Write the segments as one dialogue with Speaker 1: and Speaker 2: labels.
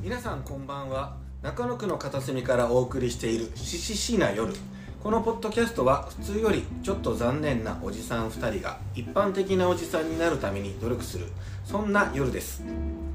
Speaker 1: 皆さんこんばんは中野区の片隅からお送りしている「しししな夜」このポッドキャストは普通よりちょっと残念なおじさん2人が一般的なおじさんになるために努力するそんな夜です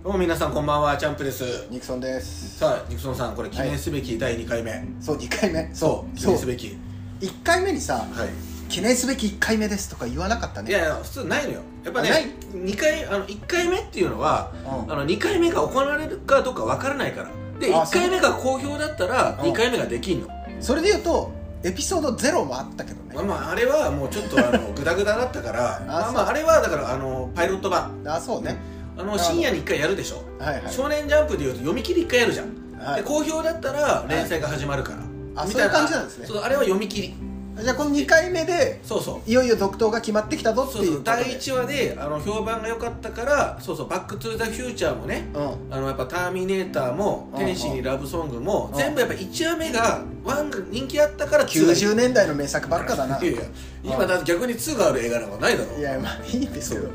Speaker 1: どうも皆さんこんばんはチャンプです
Speaker 2: ニクソンです
Speaker 1: さあニクソンさんこれ記念すべき第2回目、
Speaker 2: そう2回目
Speaker 1: そう記
Speaker 2: そう
Speaker 1: 念すべき
Speaker 2: 1回目にさ
Speaker 1: はい
Speaker 2: 「記念すべき1回目です」とか言わなかった
Speaker 1: い
Speaker 2: ね
Speaker 1: やいや普通ないのよやっぱ
Speaker 2: あな
Speaker 1: ね
Speaker 2: い
Speaker 1: 2回あの1回目っていうのは
Speaker 2: うん
Speaker 1: あの2回目が行われるかどうかわからないからで
Speaker 2: あ
Speaker 1: 1回目が好評だったら
Speaker 2: うん
Speaker 1: 2回目ができんの
Speaker 2: それで言うとエピソード0もあったけどね
Speaker 1: まあまああれはもうちょっとあ のグダグダだったからまあまああれはだからあのパイロット版
Speaker 2: あそうね
Speaker 1: あ
Speaker 2: あ
Speaker 1: の
Speaker 2: の
Speaker 1: 深夜に1回やるでしょ
Speaker 2: はいはい
Speaker 1: 少年ジャンプでいうと読み切り1回やるじゃん
Speaker 2: は
Speaker 1: で
Speaker 2: い
Speaker 1: 好評だったら
Speaker 2: い
Speaker 1: 連載が始まるから
Speaker 2: あ
Speaker 1: みた
Speaker 2: そういう感じなんですね
Speaker 1: そうあれは読み切り
Speaker 2: じゃあこの2回目で
Speaker 1: そうそう
Speaker 2: いよいよ続投が決まってきたぞって
Speaker 1: そう
Speaker 2: い
Speaker 1: そうう
Speaker 2: ことで
Speaker 1: 第1話であの評判が良かったからそうそう「バック・トゥ・ザ・フューチャー」もね
Speaker 2: うん
Speaker 1: あのやっぱ「ターミネーター」も「
Speaker 2: うんうん
Speaker 1: 天使にラブソング」も
Speaker 2: うん
Speaker 1: 全部やっぱ1話目が1が人気あったから2が
Speaker 2: 90年代の名作ばっかだない
Speaker 1: やいや今だって逆に2がある映画なんかないだろ
Speaker 2: いやまあいいんですけど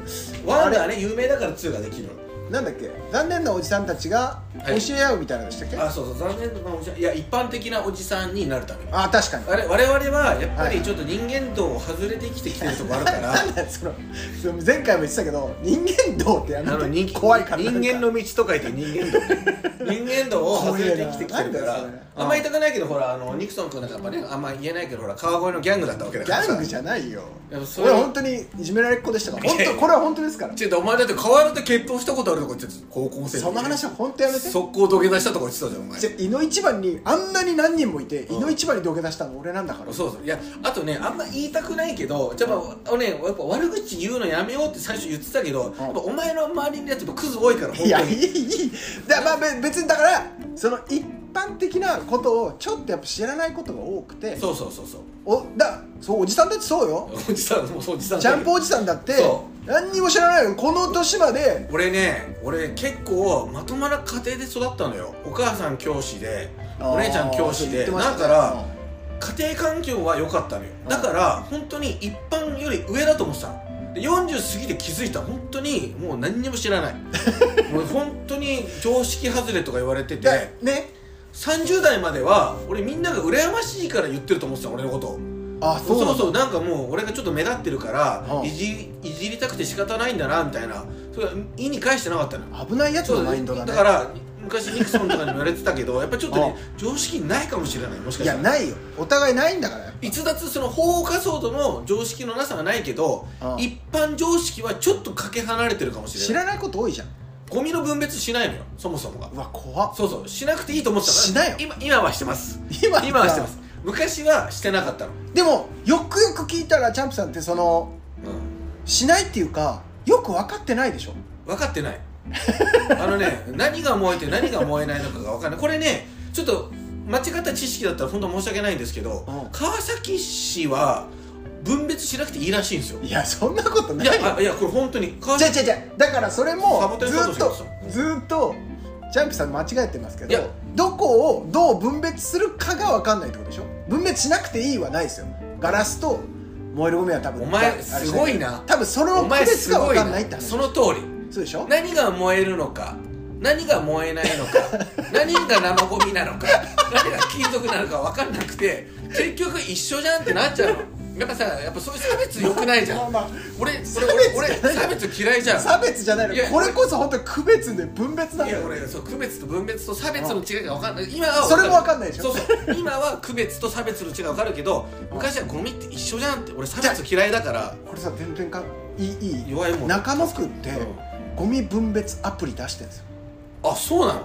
Speaker 1: 1がね有名だから2ができる
Speaker 2: なんだっけ残念なおじさんたちが
Speaker 1: はい
Speaker 2: 教え合うみたいなのでしたっけ、
Speaker 1: あそうそう残念なおじさんいや一般的なおじさんになるために
Speaker 2: あ確かに
Speaker 1: あれ我々はやっぱ
Speaker 2: は
Speaker 1: り
Speaker 2: い
Speaker 1: ちょっと人間道を外れてきてきてるとこある から
Speaker 2: なんだよそのその前回も言ってたけど人間道ってや
Speaker 1: あの
Speaker 2: め
Speaker 1: 人
Speaker 2: て怖いから
Speaker 1: 人間の道と書いて人間道人間道を外れてきてきてるか
Speaker 2: 怖いな
Speaker 1: ら
Speaker 2: なんだよそれ
Speaker 1: あんまり言いたくないけどほらあのニクソン君なんかやっぱねあんま言えないけどほら川越のギャングだったわけだ
Speaker 2: ギ
Speaker 1: から
Speaker 2: ャング
Speaker 1: さ
Speaker 2: じゃないよ
Speaker 1: でもそれ
Speaker 2: 俺本当にいじめられっ子でしたから本
Speaker 1: いやい
Speaker 2: 当
Speaker 1: や
Speaker 2: これは本当ですから
Speaker 1: ちょっとお前だって川原と決闘したことあるとか言ってた高校生
Speaker 2: その話は本当やめて
Speaker 1: 速攻土下座したとか言ってたじゃんお前
Speaker 2: じゃ井の一番にあんなに何人もいて井の一番に土下座したの俺なんだから
Speaker 1: そうそういやあとねあんま言いたくないけどじゃあ、まあね、やっぱ悪口言うのやめようって最初言ってたけど、やっぱお前の周りのやつもクズ多いから
Speaker 2: いやい
Speaker 1: に
Speaker 2: いいいだまあべ別にだからその一般的なことをちょっとやっぱ知らないことが多くて
Speaker 1: そうそうそうそう
Speaker 2: おだそうおじさんだってそうよ
Speaker 1: おじさんもうそうおじさん
Speaker 2: ジ
Speaker 1: だ
Speaker 2: ャ
Speaker 1: け
Speaker 2: ン
Speaker 1: ど
Speaker 2: プおじさんだって
Speaker 1: そ
Speaker 2: 何にも知らないよこの年まで
Speaker 1: 俺ね俺結構まともな家庭で育ったのよお母さん教師でお姉ちゃん教師
Speaker 2: あー言
Speaker 1: で、
Speaker 2: ってました
Speaker 1: だ
Speaker 2: ね
Speaker 1: から
Speaker 2: うん
Speaker 1: 家庭環境は良かったのよだから本当に一般より上だと思ってたので40過ぎて気づいた本当にもう何にも知 らないもう本当に常識外れとか言われてて
Speaker 2: だね
Speaker 1: 30代までは俺みんなが羨ましいから言ってると思ってたの俺のことを
Speaker 2: あ
Speaker 1: そう
Speaker 2: なんだ
Speaker 1: そうなんかもう俺がちょっと目立ってるから
Speaker 2: うん
Speaker 1: いじいじりたくて仕方ないんだなみたいなそれは意に返してなかったのよ
Speaker 2: 危ないやつ
Speaker 1: そう
Speaker 2: のマインドだね
Speaker 1: から昔ニクソンとかにも言われてたけどやっぱちょっとね
Speaker 2: あ
Speaker 1: 常識ないかもしれないもしか
Speaker 2: い
Speaker 1: した
Speaker 2: や
Speaker 1: ら
Speaker 2: ないよお互いないんだから
Speaker 1: 逸脱その法化想度の常識のなさはないけど
Speaker 2: ああ
Speaker 1: 一般常識はちょっとかけ離れてるかもし
Speaker 2: 知
Speaker 1: れない
Speaker 2: らないこと多いじゃん
Speaker 1: ゴミの分別しないのよそもそもが
Speaker 2: うわ怖っ
Speaker 1: そうそうしなくていいと思ってたの
Speaker 2: しないよ
Speaker 1: 今今はしてます
Speaker 2: 今
Speaker 1: 今はしてます昔はしてなかったの、
Speaker 2: でもよくよく聞いたらチャンプさんってその
Speaker 1: うん、
Speaker 2: しないっていうかよく分かってないでしょ
Speaker 1: 分かって ないあのね何が燃えて何が燃えないのかが分かんないこれねちょっと間違った知識だったら本当申し訳ないんですけど、
Speaker 2: うん
Speaker 1: 川崎市は分別しなくていいらしいんですよ
Speaker 2: いやそんなことないいよ
Speaker 1: やあいやこれ本当に川
Speaker 2: じゃ
Speaker 1: 崎
Speaker 2: じゃじゃだからそれ
Speaker 1: サ
Speaker 2: も
Speaker 1: ボテン
Speaker 2: ずっ
Speaker 1: サボ
Speaker 2: と
Speaker 1: テンそう
Speaker 2: ずっとチャンプさん間違えてますけ
Speaker 1: いや
Speaker 2: どどこをどう分別するかが分かんないってことでしょ分別しなくていいはないですよガラスと燃えるゴミは多分
Speaker 1: お前
Speaker 2: あれしな
Speaker 1: すごいな
Speaker 2: 多分それを
Speaker 1: お
Speaker 2: 区
Speaker 1: 前
Speaker 2: 別
Speaker 1: す
Speaker 2: が
Speaker 1: ご
Speaker 2: 分
Speaker 1: い
Speaker 2: かんないって
Speaker 1: な
Speaker 2: 話
Speaker 1: その通り
Speaker 2: そうでしょ
Speaker 1: 何が燃えるのか何が燃えないの か何が生ゴミなのか何が金属なのか分かんなくて結局一緒じゃんってなっちゃうのやっぱさやっぱそういう差別良くないじゃん
Speaker 2: まあまあ
Speaker 1: 俺俺
Speaker 2: 差別
Speaker 1: 俺俺差別嫌いじゃん
Speaker 2: 差別じゃないの
Speaker 1: いや
Speaker 2: これこそ本当に区別で分別なん
Speaker 1: い
Speaker 2: だ
Speaker 1: や
Speaker 2: よ
Speaker 1: 俺そう区別と分別と差別の違いが分かんない今は
Speaker 2: それも分かんないでしょ
Speaker 1: そうそう今は区別と差別の違いが分かるけ ど昔はゴミって一緒じゃんって俺差別嫌いだから
Speaker 2: これさ全然かいいいい
Speaker 1: 弱いもん
Speaker 2: 中野区って
Speaker 1: うん
Speaker 2: ゴミ分別アプリ出してるんですよ
Speaker 1: あそうなの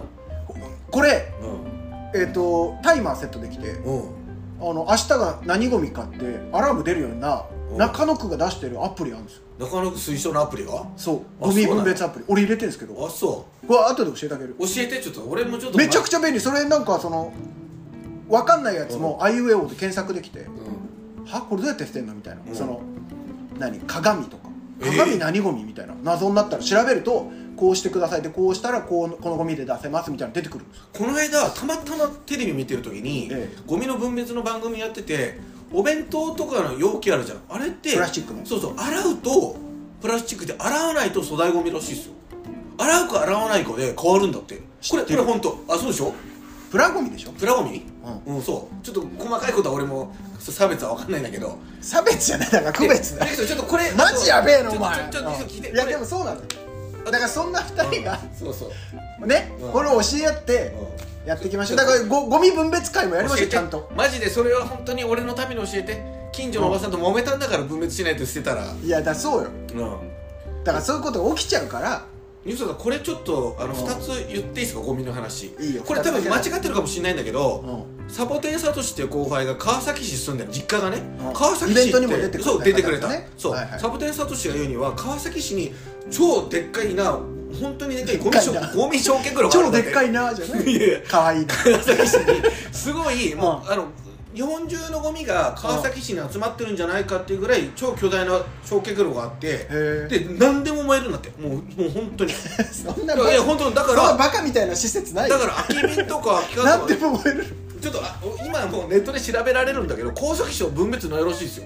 Speaker 2: これえっ、とタイマーセットできて
Speaker 1: うんうん
Speaker 2: あの明日が何ゴミかってアラーム出るような
Speaker 1: うん
Speaker 2: 中野区が出してるアプリあるんですよ
Speaker 1: 中野区推奨のアプリが
Speaker 2: そう
Speaker 1: あ
Speaker 2: ゴミ分別アプリ俺入れてるんですけど
Speaker 1: あそ
Speaker 2: これ後で教えてあげる
Speaker 1: う教えてちょっと俺もちょっと
Speaker 2: めちゃく
Speaker 1: ち
Speaker 2: ちゃ便利それなんかその分かんないやつも「あいうえお」で検索できて
Speaker 1: ゃ、うん、
Speaker 2: はこれどうやって捨てんのみたいな、
Speaker 1: うん
Speaker 2: その何鏡とか
Speaker 1: えー
Speaker 2: 鏡何ゴミみたいな、謎になったら調べるとこうしてくださいでこうしたらこうこのゴミで出せますみたいなの出てくるんですよ
Speaker 1: この間たまたまテレビ見てる時に、
Speaker 2: ええ
Speaker 1: ゴミの分別の番組やっててお弁当とかの容器あるじゃんあれって
Speaker 2: プラスチックの
Speaker 1: そうそう洗うとプラスチックで洗わないと粗大ゴミらしいですよ洗うか洗わないかで変わるんだってこれこれ本当あそうでしょ
Speaker 2: プラゴミでしょ
Speaker 1: プラゴミ
Speaker 2: う
Speaker 1: うん、そうちょっと細かいことは俺もそう差別は分かんないんだけど
Speaker 2: 差別じゃないだから区別だ
Speaker 1: ででちょっとこれ
Speaker 2: マジやべえのお前
Speaker 1: ちょっとちょっとちょっと聞いて
Speaker 2: いや
Speaker 1: これ
Speaker 2: でもそうなんだよだからそんな2人が
Speaker 1: そうそう、
Speaker 2: ね
Speaker 1: うん
Speaker 2: これを教え合って
Speaker 1: う
Speaker 2: やっていきましょうだからごゴミ分別会もやりましょうちゃんと
Speaker 1: マジでそれは本当に俺のために教えて近所のおばさんと揉めたんだから分別しないとしてたらうん
Speaker 2: いやだからそうよだからそういうことが起きちゃうから
Speaker 1: ニュースさんこれちょっとあの
Speaker 2: うん
Speaker 1: 2つ言っていいですかゴミの話
Speaker 2: いいよ
Speaker 1: これ多分間違ってるかもしれないんだけど、
Speaker 2: う
Speaker 1: サボテンサトシっていう後輩が川崎市住んでる実家がね、
Speaker 2: うん
Speaker 1: 川崎市
Speaker 2: イベントにも出てくれた
Speaker 1: そう出てくれた、
Speaker 2: 方々ね
Speaker 1: そう、
Speaker 2: はいはい
Speaker 1: サボテンサトシが言うには川崎市に超でっかいな本当にでっかいゴミ
Speaker 2: でっかいな
Speaker 1: 焼ゴミ焼却炉がある
Speaker 2: 超
Speaker 1: んだ
Speaker 2: で
Speaker 1: って
Speaker 2: っかいなじゃない
Speaker 1: いやいや
Speaker 2: かわいいな
Speaker 1: 川崎市にすごいも
Speaker 2: う
Speaker 1: うあの日本中のゴミが川崎市に集まってるんじゃないかっていうぐらい超巨大な焼却炉があって
Speaker 2: へえ
Speaker 1: で何でも燃えるんだってもうもう本 当にい
Speaker 2: そんなバカ
Speaker 1: やいや本当だか
Speaker 2: そんな
Speaker 1: ら
Speaker 2: バカみたいな施設ないよ
Speaker 1: だから空き瓶とか空き缶
Speaker 2: なん
Speaker 1: と
Speaker 2: で
Speaker 1: か
Speaker 2: も燃える
Speaker 1: ちょっとあお今もうネットで調べられるんだけど高崎市は分別ないらしい ですよ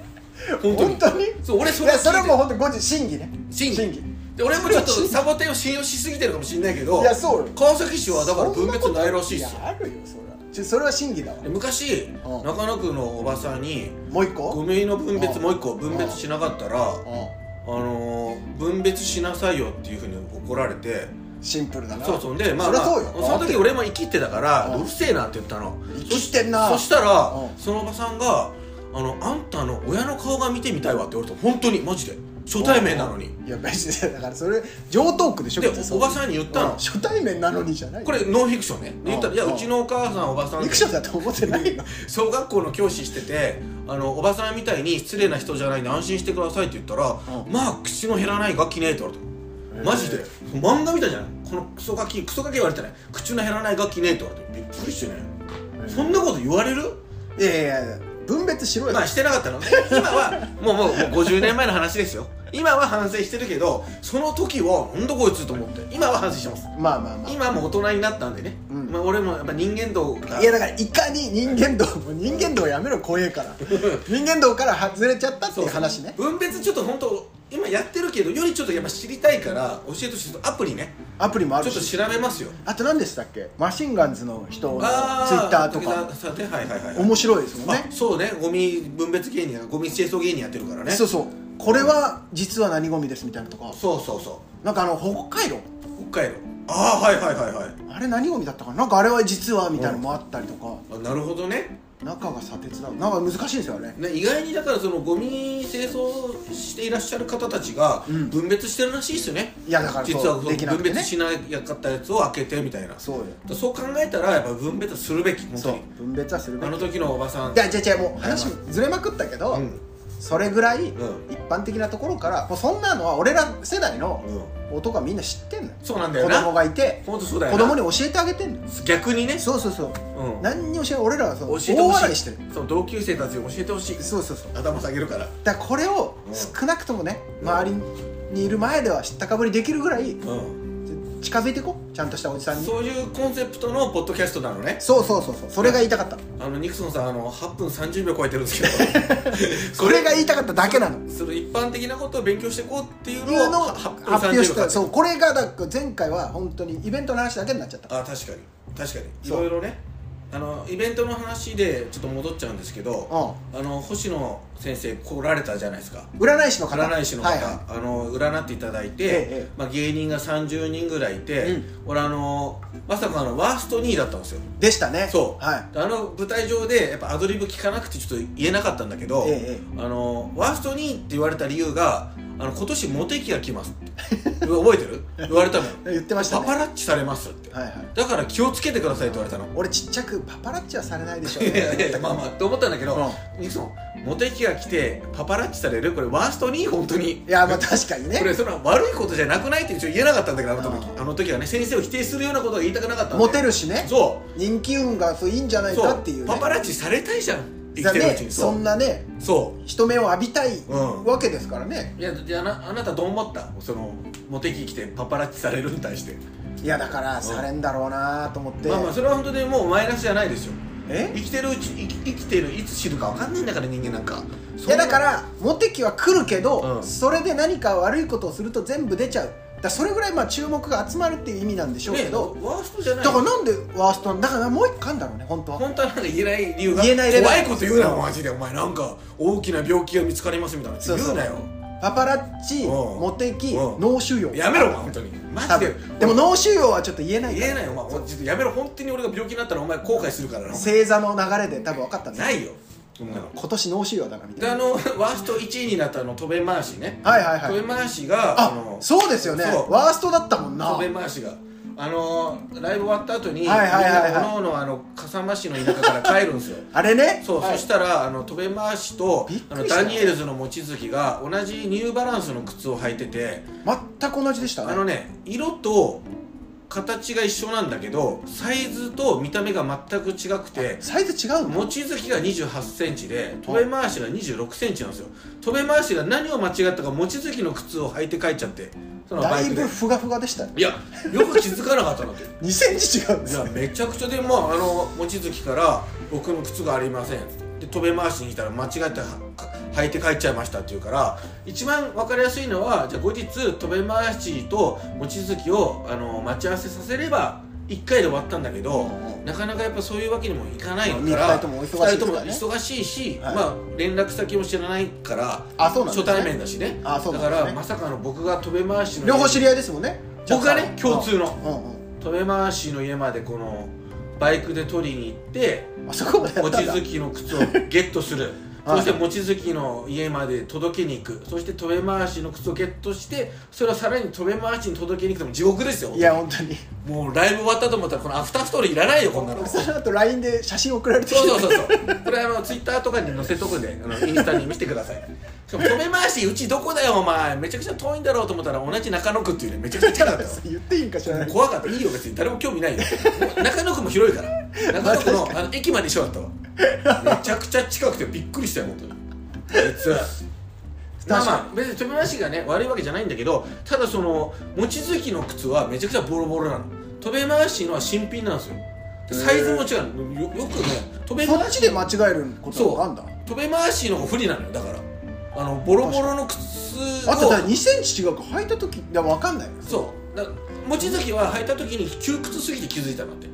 Speaker 1: 本当に
Speaker 2: 本当に
Speaker 1: そう俺そ
Speaker 2: い
Speaker 1: れ
Speaker 2: や
Speaker 1: は
Speaker 2: それはもう
Speaker 1: 聞い
Speaker 2: 本当後日審議ね
Speaker 1: て審議で俺もちょっとサボテンを信用しすぎてるかもしれないけど
Speaker 2: いやそうよ
Speaker 1: 川崎市はだから分別ないらしいですよ
Speaker 2: やあるよそれはちょそれは審議だわ
Speaker 1: で昔
Speaker 2: うん
Speaker 1: 中野区のおばさんに
Speaker 2: もう一
Speaker 1: ゴ
Speaker 2: 個
Speaker 1: ミの分別
Speaker 2: うん
Speaker 1: もう一個分別しなかったらあ
Speaker 2: う
Speaker 1: のー分別しなさいよっていうふうに怒られて
Speaker 2: んシンプルだな
Speaker 1: そうそうでまあ、
Speaker 2: そり
Speaker 1: ま
Speaker 2: ゃ
Speaker 1: あ、
Speaker 2: そうよ
Speaker 1: その時俺も生きてたから
Speaker 2: うん
Speaker 1: うるせえなって言ったの
Speaker 2: 生きてんな
Speaker 1: そしそしたら
Speaker 2: うん
Speaker 1: そのおばさんがあの「あんたの親の顔が見てみたいわ」って言われた本当にマジで初対面なのに
Speaker 2: いや別にだからそれ上等句でしょ
Speaker 1: で
Speaker 2: 別に
Speaker 1: おおばさんに言った
Speaker 2: うん
Speaker 1: の
Speaker 2: 初対面なのにじゃない
Speaker 1: これノンフィクションねで言ったら「いや
Speaker 2: うん
Speaker 1: うちのお母さんおばさん
Speaker 2: フィクションだと思ってないよ
Speaker 1: 小学校の教師しててあのおばさんみたいに失礼な人じゃないんで安心してくださいって言ったら、
Speaker 2: うん
Speaker 1: まあ口の減らないガキねって言われたマジで漫画みたいじゃないこのクソガキクソガキ言われてない口の減らないガキねって言われてびっくりしてねそんなこと言われる
Speaker 2: いやいやいや分別しろよ、
Speaker 1: まあしてなかったのね今はもうもうもう50年前の話ですよ今は反省してるけどその時はなんだこいつと思って今は反省してます
Speaker 2: まあまあまあ
Speaker 1: 今はもう大人になったんでね、
Speaker 2: うん
Speaker 1: まあ、俺もやっぱ人間道が
Speaker 2: いやだからいかに人間道もう人間道やめろ怖えから 人間道から外れちゃったっていう話ね
Speaker 1: 分別ちょっと本当今やってるけどよりちょっとやっぱ知りたいから教えてほしいアプリね
Speaker 2: アプリもあ
Speaker 1: ちょ
Speaker 2: る
Speaker 1: っと
Speaker 2: し
Speaker 1: 調べますよ
Speaker 2: あと何でしたっけマシンガンズの人のツイ
Speaker 1: あー
Speaker 2: ッターとか
Speaker 1: 武田さんねはいはいはい
Speaker 2: 面白いですも
Speaker 1: あ
Speaker 2: んね
Speaker 1: そうねゴミ分別芸人ゴミ清掃芸人やってるからね
Speaker 2: そう
Speaker 1: う
Speaker 2: そうこれは実は何ゴミですみたいなのとか
Speaker 1: そうそうそ
Speaker 2: なんかあの北海道
Speaker 1: う北海道ああはいはいはいはい
Speaker 2: あれ何ゴミだったかななんかあれは実はみたいなのもあったりとか
Speaker 1: あなるほどね
Speaker 2: 中が砂鉄だなんか難しいんですよあれ
Speaker 1: ね意外にだからそのゴミ清掃していらっしゃる方たちが
Speaker 2: うん
Speaker 1: 分別してるらしいですよね、
Speaker 2: いやだから
Speaker 1: 実は
Speaker 2: そ
Speaker 1: そうう
Speaker 2: できな
Speaker 1: 分
Speaker 2: くて
Speaker 1: 別
Speaker 2: ね
Speaker 1: しなかったやつを開けてみたいな
Speaker 2: そうよ
Speaker 1: そう考えたらやっぱ分別するべき本当
Speaker 2: そう
Speaker 1: に
Speaker 2: 分別はするべ
Speaker 1: あ
Speaker 2: き
Speaker 1: の時のおばさん
Speaker 2: いや違う違うもう話ずれまくったけど、
Speaker 1: うん
Speaker 2: それぐらい一
Speaker 1: うん
Speaker 2: 般的なところからもうそんなのは俺ら世代の
Speaker 1: う
Speaker 2: 男はみんな知ってんのよ
Speaker 1: そうなんだよ
Speaker 2: 子
Speaker 1: な
Speaker 2: 供がいて
Speaker 1: 本当そうだよ
Speaker 2: 子
Speaker 1: な
Speaker 2: 供に教えてあげてんのよ
Speaker 1: 逆にね
Speaker 2: そうそうそう
Speaker 1: うん
Speaker 2: 何にも知らない俺らはそう
Speaker 1: 教えて
Speaker 2: 大
Speaker 1: ほし
Speaker 2: 笑い
Speaker 1: い
Speaker 2: してる
Speaker 1: そう同級生たちに教えてほしい
Speaker 2: そうそうそう
Speaker 1: 頭下げるから
Speaker 2: だからこれを
Speaker 1: うん
Speaker 2: 少なくともね、
Speaker 1: うん
Speaker 2: 周りにいる前では知ったかぶりできるぐらい
Speaker 1: うん
Speaker 2: 近づいていこうちゃんとしたおじさんに
Speaker 1: そういうコンセプトのポッドキャストなのね
Speaker 2: そうそうそうそうそれが言いたかった
Speaker 1: あのニクソンさんあの8分30秒超えてるん ですけど
Speaker 2: それが言いたかっただけなの
Speaker 1: その一般的なことを勉強していこうっていう
Speaker 2: いう
Speaker 1: の
Speaker 2: の
Speaker 1: を
Speaker 2: を
Speaker 1: 8分
Speaker 2: 発表
Speaker 1: 30
Speaker 2: し
Speaker 1: 秒
Speaker 2: た
Speaker 1: か
Speaker 2: そうこれがだから前回は本当にイベントの話だけになっちゃった
Speaker 1: あ確かに確かにい
Speaker 2: そう
Speaker 1: ろいろねあのイベントの話でちょっと戻っちゃうんですけど
Speaker 2: う
Speaker 1: あの星野先生来られたじゃないですか
Speaker 2: ん占い師の方
Speaker 1: 占い師の方、
Speaker 2: はいは
Speaker 1: あの占っていただいて、
Speaker 2: ええ
Speaker 1: まあ、芸人が30人ぐらいいて、
Speaker 2: うん
Speaker 1: 俺あのまさかのワースト2位だったんですよ
Speaker 2: い、でしたね
Speaker 1: そう、
Speaker 2: はい
Speaker 1: あの舞台上でやっぱアドリブ聞かなくてちょっと言えなかったんだけど、
Speaker 2: ええ
Speaker 1: あのワースト2位って言われた理由があの今年モテ期が来ますって覚えてる言われたのよ
Speaker 2: 言ってました
Speaker 1: パ
Speaker 2: ね
Speaker 1: パラッチされますって
Speaker 2: はいはい
Speaker 1: だから気をつけてくださいって言われたの
Speaker 2: 俺ちっちゃくパパラッチはされないでしょう
Speaker 1: い
Speaker 2: ね
Speaker 1: やいやいやまあまあと思ったんだけど、
Speaker 2: う
Speaker 1: ニクソンモテ期が来てパパラッチされるこれワースト2位本当に
Speaker 2: いやまあ確かにね
Speaker 1: これその悪いことじゃなくないって一応言えなかったんだけどあの時
Speaker 2: うん
Speaker 1: あの時はね先生を否定するようなことは言いたくなかったんで
Speaker 2: モテるしね
Speaker 1: そ
Speaker 2: 人気運がそういいんじゃな
Speaker 1: う
Speaker 2: い
Speaker 1: そ
Speaker 2: か
Speaker 1: う
Speaker 2: っていうね
Speaker 1: パパラッチされたいじゃん生
Speaker 2: だ
Speaker 1: きてるう
Speaker 2: ね
Speaker 1: ちに
Speaker 2: そん
Speaker 1: う
Speaker 2: なね
Speaker 1: そ
Speaker 2: 人目を浴びたい
Speaker 1: うん
Speaker 2: わけですからね、
Speaker 1: ういやじゃあなあなたどう思ったそのモテ期来てパパラッチされるに対して
Speaker 2: いやだからされんだろうなと思って、
Speaker 1: まあまあそれは本当にもうマイナスじゃないですよ
Speaker 2: え
Speaker 1: 生きてるうち生き生きてるいつ死ぬか分かんないんだから人間なんかそ
Speaker 2: いやだからモテ期は来るけど、
Speaker 1: うん
Speaker 2: それで何か悪いことをすると全部出ちゃうだからそれぐらいまあ注目が集まるっていう意味なんでしょうけ
Speaker 1: ね
Speaker 2: ど、
Speaker 1: ワーストじゃな
Speaker 2: だ
Speaker 1: い
Speaker 2: からなんでワーストなんだからもう一個あんだろうね本当は
Speaker 1: 本当はなんか言えない理由が
Speaker 2: 言えないレベル
Speaker 1: 怖いこと言うなマジでお前なんか大きな病気が見つかりますみたいな
Speaker 2: そう
Speaker 1: 言
Speaker 2: そう
Speaker 1: うなよ
Speaker 2: パパラッチ
Speaker 1: うん
Speaker 2: モテ期
Speaker 1: うん
Speaker 2: 脳腫瘍
Speaker 1: やめろお前本当にマ
Speaker 2: 多
Speaker 1: ジで
Speaker 2: 分でも脳腫瘍はちょっと言えないから
Speaker 1: 言えないよお前ちょっとやめろ本当に俺が病気になったらお前後悔するからな
Speaker 2: 星座の流れで多分分かったんだよ
Speaker 1: ないよそんなの
Speaker 2: 今年脳腫瘍だなみ
Speaker 1: で
Speaker 2: たい
Speaker 1: あ
Speaker 2: な
Speaker 1: のワースト1位になったあの飛べ回しね
Speaker 2: はいはい
Speaker 1: 飛
Speaker 2: はい
Speaker 1: べ回しが
Speaker 2: あ
Speaker 1: の
Speaker 2: そうですよね
Speaker 1: そう
Speaker 2: ワーストだったもんな
Speaker 1: 飛べ回しがあのライブ終わった後に、
Speaker 2: はいはいはいはい
Speaker 1: みんなおのおのあの笠間市の田舎から帰るんですよ
Speaker 2: あれね
Speaker 1: そう、
Speaker 2: は
Speaker 1: そ
Speaker 2: い
Speaker 1: したらあの飛べ回しと
Speaker 2: びっく
Speaker 1: あ
Speaker 2: り
Speaker 1: の
Speaker 2: した
Speaker 1: ダニエルズの望月が同じニューバランスの靴を履いてて
Speaker 2: 全く同じでした
Speaker 1: あの
Speaker 2: ね
Speaker 1: ね色と形が一緒なんだけどサイズと見た目が全く違くて
Speaker 2: サイズ違うの
Speaker 1: 望月が2 8ンチで飛べ回しが2 6ンチなんですよ飛べ回しが何を間違ったか望月の靴を履いて帰っちゃってそのバ
Speaker 2: だ
Speaker 1: イ
Speaker 2: い
Speaker 1: クで
Speaker 2: ぶふがふがでしたね
Speaker 1: いやよく気づかなかったなって
Speaker 2: 2センチ違うんで
Speaker 1: い
Speaker 2: す
Speaker 1: や
Speaker 2: よ
Speaker 1: めちゃくちゃでまああの望月から「僕の靴がありません」で飛べ回しにいたら間違ってはか履いて帰っちゃいましたって言うから一番分かりやすいのはじゃあ後日飛べ回しと望月をあの待ち合わせさせれば1回で終わったんだけど、
Speaker 2: うんうん
Speaker 1: なかなかやっぱそういうわけにもいかないか
Speaker 2: まあ
Speaker 1: ら
Speaker 2: 二人ともお忙しいです
Speaker 1: 二
Speaker 2: からね
Speaker 1: 人とも忙しいし、
Speaker 2: はい
Speaker 1: まあ連絡先も知らないから
Speaker 2: あそうなんで
Speaker 1: 初
Speaker 2: すね
Speaker 1: 対面だしね
Speaker 2: あそう
Speaker 1: だ
Speaker 2: な
Speaker 1: か
Speaker 2: んですね
Speaker 1: らまさかの僕が飛べ回しの
Speaker 2: 両方知り合いですもんね
Speaker 1: 僕はね共通の
Speaker 2: うんうん
Speaker 1: 飛べ回しの家までこのバイクで取りに行って
Speaker 2: あそこまでや
Speaker 1: 望
Speaker 2: ったんだ
Speaker 1: 月の靴をゲットする
Speaker 2: は
Speaker 1: そ
Speaker 2: い
Speaker 1: して望月の家まで届けに行くそして飛べ回しの靴をゲットしてそれをさらに飛べ回しに届けに行くとも地獄ですよ
Speaker 2: いや本当に
Speaker 1: もうライブ終わったと思ったらこのアフターストーリーいらないよこんな の
Speaker 2: そ
Speaker 1: そう
Speaker 2: の後 LINE で写真送られてきて
Speaker 1: そうそうそうこれあのツイッターとかに載せとくんであのインスタに見せてくださいしかも飛べ回しうちどこだよお前めちゃくちゃ遠いんだろうと思ったら同じ中野区っていうねめちゃくちゃ近かったよ
Speaker 2: 言っていいんか知らない
Speaker 1: 怖かったいいよ別に誰も興味ないよ中野区も広いから中野区のあの駅まで一緒だったわめちゃくちゃ近くてびっくりしたよ本当にあいつまあまあ別に飛び回しがね悪いわけじゃないんだけどただその望月の靴はめちゃくちゃボロボロなの飛べ回しのは新品なんですよでサイズも違うのよよくね飛べ
Speaker 2: そっ
Speaker 1: 回
Speaker 2: ち
Speaker 1: し
Speaker 2: で間違えることがあんだ
Speaker 1: 飛べ回しの方が不利なのよだからあのボロボロの靴を
Speaker 2: あとだ2センチ違うか履いた時で分かんない
Speaker 1: そうだ望月は履いた時に窮屈すぎて気づいたんだって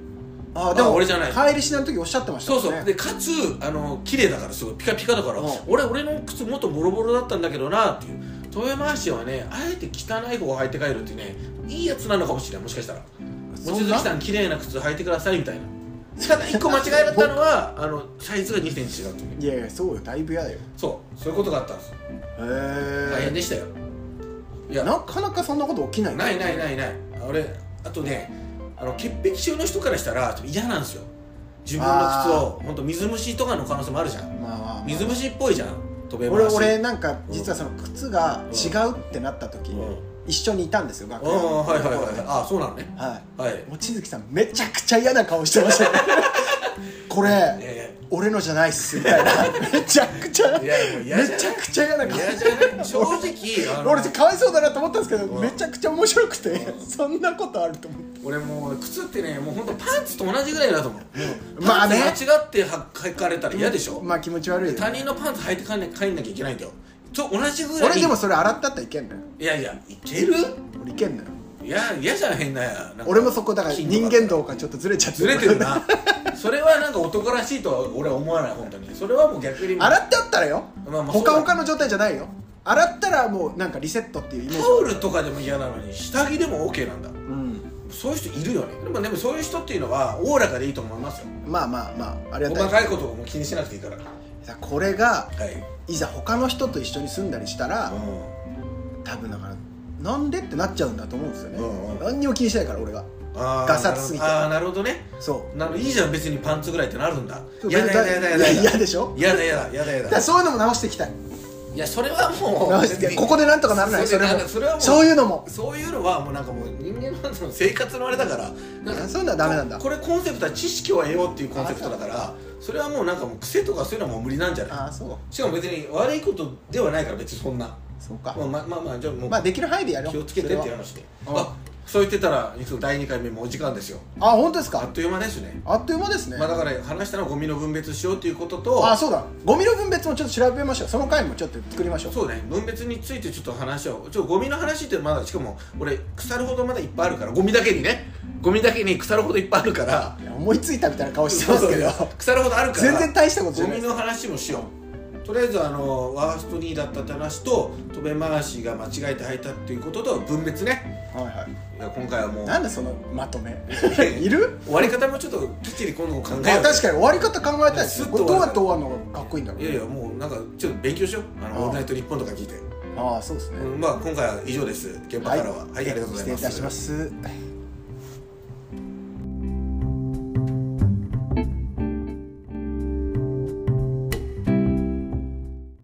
Speaker 2: あ
Speaker 1: あ
Speaker 2: でも
Speaker 1: 俺じゃない
Speaker 2: 帰りしない時おっしゃってました
Speaker 1: そ
Speaker 2: も
Speaker 1: うん
Speaker 2: ね
Speaker 1: そうでかつあの綺麗だからすごいピカピカだから、
Speaker 2: うん
Speaker 1: 俺俺の靴もっとボロボロだったんだけどなっていう遠山回しはねあえて汚い方を履いて帰るっていうねいいやつなのかもしれないもしかしたら望
Speaker 2: そ
Speaker 1: 月
Speaker 2: んな
Speaker 1: さん綺麗な靴履いてくださいみたいなただ一個間違えだったの はあのサイズが2センチ違うっていうね
Speaker 2: いやいやそうよだいぶ嫌だよ
Speaker 1: そうそういうことがあったんです
Speaker 2: へ
Speaker 1: 大変
Speaker 2: え
Speaker 1: でしたよいや
Speaker 2: なかなかそんなこと起きない
Speaker 1: ないないないない俺あとねあの潔癖症の人からしたら嫌なんですよ自分の靴を本当水虫とかの可能性もあるじゃん
Speaker 2: まあまあまあ
Speaker 1: 水虫っぽいじゃん飛べ
Speaker 2: 俺
Speaker 1: 回し
Speaker 2: 俺なんか実はその靴が違うってなった時
Speaker 1: うん
Speaker 2: 一緒にいたんですよ学
Speaker 1: ああ
Speaker 2: 校
Speaker 1: はいはいはいはいあそうなのね
Speaker 2: はい
Speaker 1: はい
Speaker 2: 望月さんめちゃくちゃ嫌な顔してました よこれ
Speaker 1: え
Speaker 2: 俺のじゃないっすみたいなめちゃくちゃ
Speaker 1: いやもう嫌
Speaker 2: め
Speaker 1: じゃん
Speaker 2: ちゃくちゃ嫌な
Speaker 1: え
Speaker 2: 顔
Speaker 1: いやじゃない正直あの
Speaker 2: 俺かわいそうだなと思ったんですけど
Speaker 1: うん
Speaker 2: めちゃくちゃ面白くて
Speaker 1: うん
Speaker 2: そんなことあると思って
Speaker 1: 俺もう靴ってねもう本当パンツと同じぐらいだと思う
Speaker 2: まあね
Speaker 1: パンツ間違っては履かれたら嫌でしょ
Speaker 2: まあ気持ち悪いよ
Speaker 1: 他人のパンツ履いて帰んな帰んなきゃいけないんだよと同じぐらい
Speaker 2: 俺でもそれ洗ったったらいけんのよ
Speaker 1: いやいやいける
Speaker 2: 俺いけんのよ
Speaker 1: いや嫌じゃん変ななんか
Speaker 2: 俺もそこだから
Speaker 1: 金
Speaker 2: 人
Speaker 1: とか
Speaker 2: 間道がちょっとずれちゃって
Speaker 1: ずれてるなそれはなんか男らしいとは俺は思わない本当にそれはもう逆に
Speaker 2: 洗ってあったらよ
Speaker 1: まあまあ
Speaker 2: ほかほかの状態じゃないよ洗ったらもうなんかリセットっていうイメージ
Speaker 1: タオルとかでも嫌なのに下着でも OK なんだ
Speaker 2: うん
Speaker 1: そういう人いるよねでもでもそういう人っていうのはおおらかでいいと思いますよ
Speaker 2: まあまあまあありが
Speaker 1: 細
Speaker 2: たい
Speaker 1: かいことをもう気にしなくていいからは
Speaker 2: さこれが
Speaker 1: い、
Speaker 2: いざ他の人と一緒に住んだりしたら多分だからなんでってなっちゃうんだと思うんですよね、
Speaker 1: うんうん
Speaker 2: 何にも気にしないから俺が
Speaker 1: あー
Speaker 2: ガサツすぎて
Speaker 1: ああなるほどね
Speaker 2: そう
Speaker 1: なのいいじゃん別にパンツぐらいってなるんだ
Speaker 2: そう
Speaker 1: やだやだやだやだ
Speaker 2: いや嫌でしょ
Speaker 1: やだやだやだや
Speaker 2: だ
Speaker 1: だ
Speaker 2: からそういうのも直していきたい
Speaker 1: いやそれはもう
Speaker 2: 直していきたいここでなんとかならない
Speaker 1: そ
Speaker 2: そ
Speaker 1: れ
Speaker 2: れ
Speaker 1: なん
Speaker 2: も
Speaker 1: かそれはもう
Speaker 2: そういうのも
Speaker 1: そういうのはもうなんかもう人間のその生活のあれだからなんか
Speaker 2: そういうのはダメなんだ
Speaker 1: これコンセプトは知識を得ようっていうコンセプトだからそれはもうなんかもう癖とかそういうのはもう無理なんじゃない
Speaker 2: ああそう
Speaker 1: しかも別に悪いことではないから別にそんな
Speaker 2: そうか、
Speaker 1: まあまあまあ、まあ、じゃあもう、
Speaker 2: まあできる範囲でやろう
Speaker 1: 気をつけてっていう
Speaker 2: それは
Speaker 1: 話で
Speaker 2: うん
Speaker 1: あそう言ってたらいつも第2回目もお時間ですよ
Speaker 2: あ本当です
Speaker 1: あ
Speaker 2: か
Speaker 1: っという間ですね
Speaker 2: あっという間ですね、
Speaker 1: まあだから話したのはゴミの分別しようということと
Speaker 2: あそうだゴミの分別もちょっと調べましょうその回もちょっと作りましょう
Speaker 1: そうね分別についてちょっと話をちょっとゴミの話ってまだしかも俺腐るほどまだいっぱいあるからゴミだけにねゴミだけに腐るほどいっぱいあるから
Speaker 2: いや思いついたみたいな顔してますけど
Speaker 1: そうそう腐るほどあるから
Speaker 2: 全然大したことじゃ
Speaker 1: ゴ
Speaker 2: ない
Speaker 1: ミ
Speaker 2: です
Speaker 1: の話もしようとりあえずあのワースト2だったって話と飛べ回しが間違えて入ったっていうことと分別ね
Speaker 2: はいはい
Speaker 1: いや今回はもう
Speaker 2: なんでそのま とめ
Speaker 1: やいや
Speaker 2: いる
Speaker 1: 終わり方もちょっときっちり今度考えよう
Speaker 2: まあ確かに終わり方考えたいですよ
Speaker 1: スッ
Speaker 2: ことれどうやって
Speaker 1: 終
Speaker 2: 終わるのがかっこいいんだろう
Speaker 1: いやいやもうなんかちょっと勉強しようあの
Speaker 2: ああ
Speaker 1: オールナイトニッポンとか聞いて、
Speaker 2: ああそうですね
Speaker 1: うんまあ今回は以上です現場からははい、ありがとうござい
Speaker 2: 失礼いたします